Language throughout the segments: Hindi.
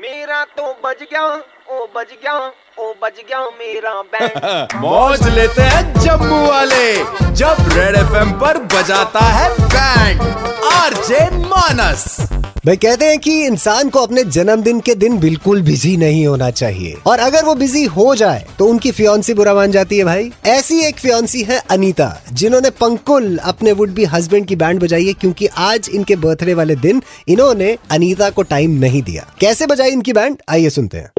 मेरा तो बज गया ओ बज गया ओ बज गया मेरा बैंड मौज लेते हैं जम्मू वाले जब रेड एफएम पर बजाता है बैंड आरजे मानस भाई कहते हैं कि इंसान को अपने जन्मदिन के दिन बिल्कुल बिजी नहीं होना चाहिए और अगर वो बिजी हो जाए तो उनकी फियोन्सी बुरा मान जाती है भाई ऐसी एक फियोन्सी है अनीता जिन्होंने पंकुल अपने वुड बी हस्बैंड की बैंड बजाई है क्योंकि आज इनके बर्थडे वाले दिन इन्होंने अनीता को टाइम नहीं दिया कैसे बजाई इनकी बैंड आइए सुनते हैं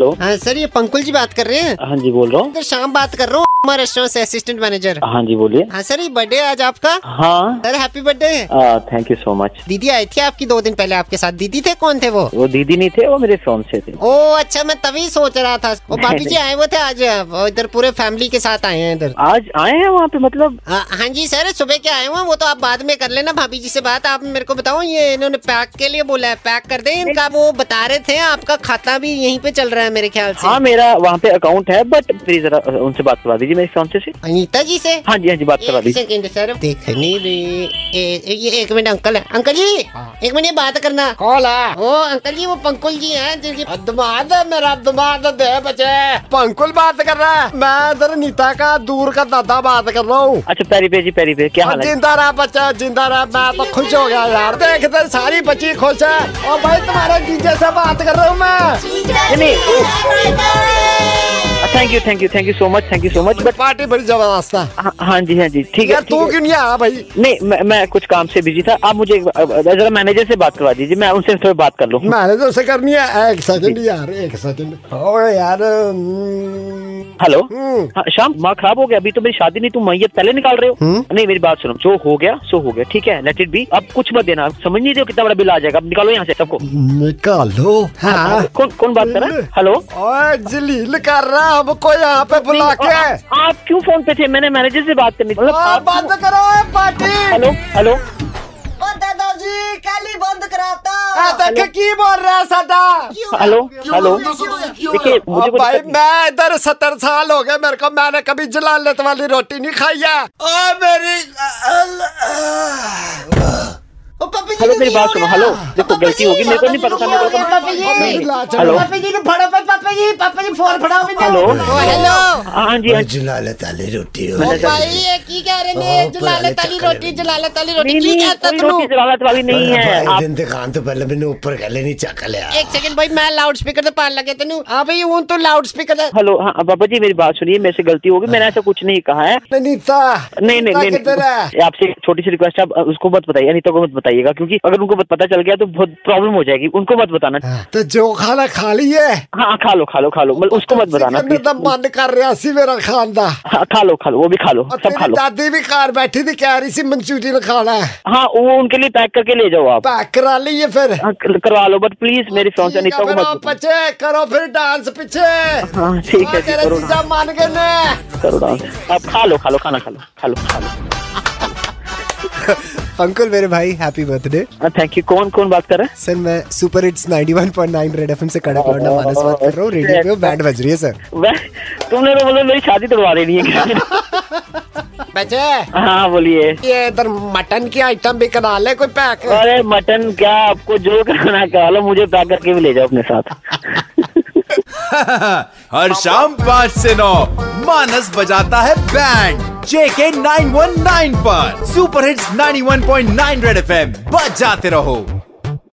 हेलो। हाँ, सर ये पंकुल जी बात कर रहे हैं हाँ जी बोल रहा हूँ शाम बात कर रहा हूँ रेस्टोरेंट से असिस्टेंट मैनेजर हाँ जी बोलिए हाँ सर ये बर्थडे आज आपका हाँ sir happy birthday thank you so much दीदी आई थी आपकी दो दिन पहले आपके साथ दीदी थे कौन थे वो वो दीदी नहीं थे वो मेरे फ्रेंड से थे ओ अच्छा मैं तभी सोच रहा था वो भाभी जी आए हुए थे आज वो इधर पूरे फैमिली के साथ आए हैं इधर आज आए हैं वहाँ पे मतलब आ, हाँ जी सर सुबह के आए हुए हैं, वो तो आप बाद में कर लेना भाभी जी से बात आप मेरे को बताओ ये इन्होंने पैक के लिए बोला है पैक कर दें इनका वो बता रहे थे आपका खाता भी यहीं पे चल रहा है मेरे ख्याल से हाँ मेरा वहाँ पे अकाउंट है बट प्लीज जरा अ, उनसे बात करवा दीजिए मेरे फ्रेंड से अनीता जी से हाँ जी हाँ जी बात करवा एक दीजिए सेकंड सर देखने दे ए- ये एक मिनट अंकल है अंकल जी हाँ। एक मिनट ये बात करना कौन है वो अंकल जी वो पंकुल जी हैं जिनकी अच्छा। दिमाग है मेरा दिमाग दे बचे पंकुल बात कर रहा है मैं इधर नीता का दूर का दादा बात कर रहा हूँ अच्छा पैरी पे जी पैरी पे क्या हाल है जिंदा रहा बच्चा जिंदा रहा मैं तो खुश हो गया यार देख इधर सारी बच्ची खुश है और भाई तुम्हारे डीजे से बात कर रहा हूँ मैं नहीं, नहीं thank you thank you thank you so much thank you so much but party बड़ी जबरदस्त है हाँ जी हाँ जी ठीक है यार तू ठीक है। क्यों नहीं आया भाई नहीं मैं, मैं कुछ काम से बिजी था आप मुझे एक बा- अ, जरा मैनेजर से बात करवा दीजिए मैं उनसे थोड़ी बात कर लूँ मैंने तो उसे करनी है एक सेकंड यार एक सेकंड और यार हम्म, हेलो हम्म, हाँ, शाम माँ खराब हो गया अभी तो मेरी शादी नहीं तुम मैयत पहले निकाल रहे हो नहीं मेरी बात सुनो जो हो गया सो हो गया ठीक है लेट इट बी अब कुछ मत देना समझ नहीं रहे हो कितना बड़ा बिल आ जाएगा अब निकालो यहाँ से सबको निकालो हाँ कौन कौन बात कर रहा है हेलो ओए जलील कर रहा है हमको यहाँ पे बुला आ- के आ- हाँ, आप क्यों फोन पे थे मैंने मैनेजर से बात करनी थी मतलब ओए, आप- बंद करो ओए, पार्टी हेलो हेलो आ, देख की बोल रहा है साडा हेलो हेलो देखिए मुझे अब कुछ हाँ, भाई मैं इधर सत्तर साल हो गए मेरे को मैंने कभी जलालत वाली रोटी नहीं खाई है हेलो मेरी बात सुनो हेलो देखो गलती होगी मेरे को नहीं पता था मेरे को मेरी लाज है। हेलो हेलो हेलो हाँ जी हाँ जी जलालत वाली रोटी हो मैनेजर भाई ये की कह रहे हाँ, ने जलालत वाली रोटी जलालत वाली रोटी नहीं की नहीं कहता कोई तू रोटी जलालत वाली नहीं है भाई आप दिन दुकान तो पहले मैंने ऊपर कर लेनी चक लिया एक सेकंड भाई मैं लाउड स्पीकर तो पान लगे तेनू हाँ भाई हूं तो लाउड स्पीकर हेलो हाँ बाबा जी मेरी बात सुनिए मेरे से गलती होगी मैंने ऐसा कुछ नहीं कहा है नीता नहीं नहीं नीता नहीं, किधर है नहीं आपसे एक छोटी सी रिक्वेस्ट है आप उसको मत बताइए अनिता को मत बताइएगा क्योंकि अगर उनको पता चल गया तो बहुत प्रॉब्लम हो जाएगी उनको मत बताना तो जो खाना खा लिए हाँ खा लो खा लो खा लो मतलब उसको मत बताना चिकन दा please। मन कर रहा सी मेरा खान दा हाँ, खा लो खा लो वो भी खा लो और सब खा तेरी लो दादी भी घर बैठी थी कह रही सी मंचूरियन खाना है हाँ वो उनके लिए पैक करके ले जाओ आप पैक करा लिए फिर हाँ, कर- करवा लो बट प्लीज मेरी फ्रेंड ठीक अनिता है को फिर मत आप बताना। बच्चे करो फिर डांस पीछे हाँ ठीक है हाँ, जी, तेरे करो जीजा मान गए ने करो डांस आप खा लो खा लो खाना खा लो खा लो हाँ, खा लो अंकुल मेरे भाई हैप्पी बर्थडे थैंक यू कौन कौन बात कर रहा है सर मैं सुपर हिट्स 91.9 रेड एफएम से कड़क लौटना मानस बात कर रहा हूँ रेडियो पे बैंड बज रही है सर वह- तुमने तो मतलब मेरी शादी तोड़वा देनी है बच्चे हाँ बोलिए ये इधर मटन की आइटम भी करा ले कोई पैक अरे मटन क्या आपको जो कराना करा लो मुझे पैक करके भी ले जाओ अपने साथ हर शाम पाँच से नौ मानस बजाता है बैंड जेके 919 पर सुपर हिट्स 91.9 रेड एफएम बजाते रहो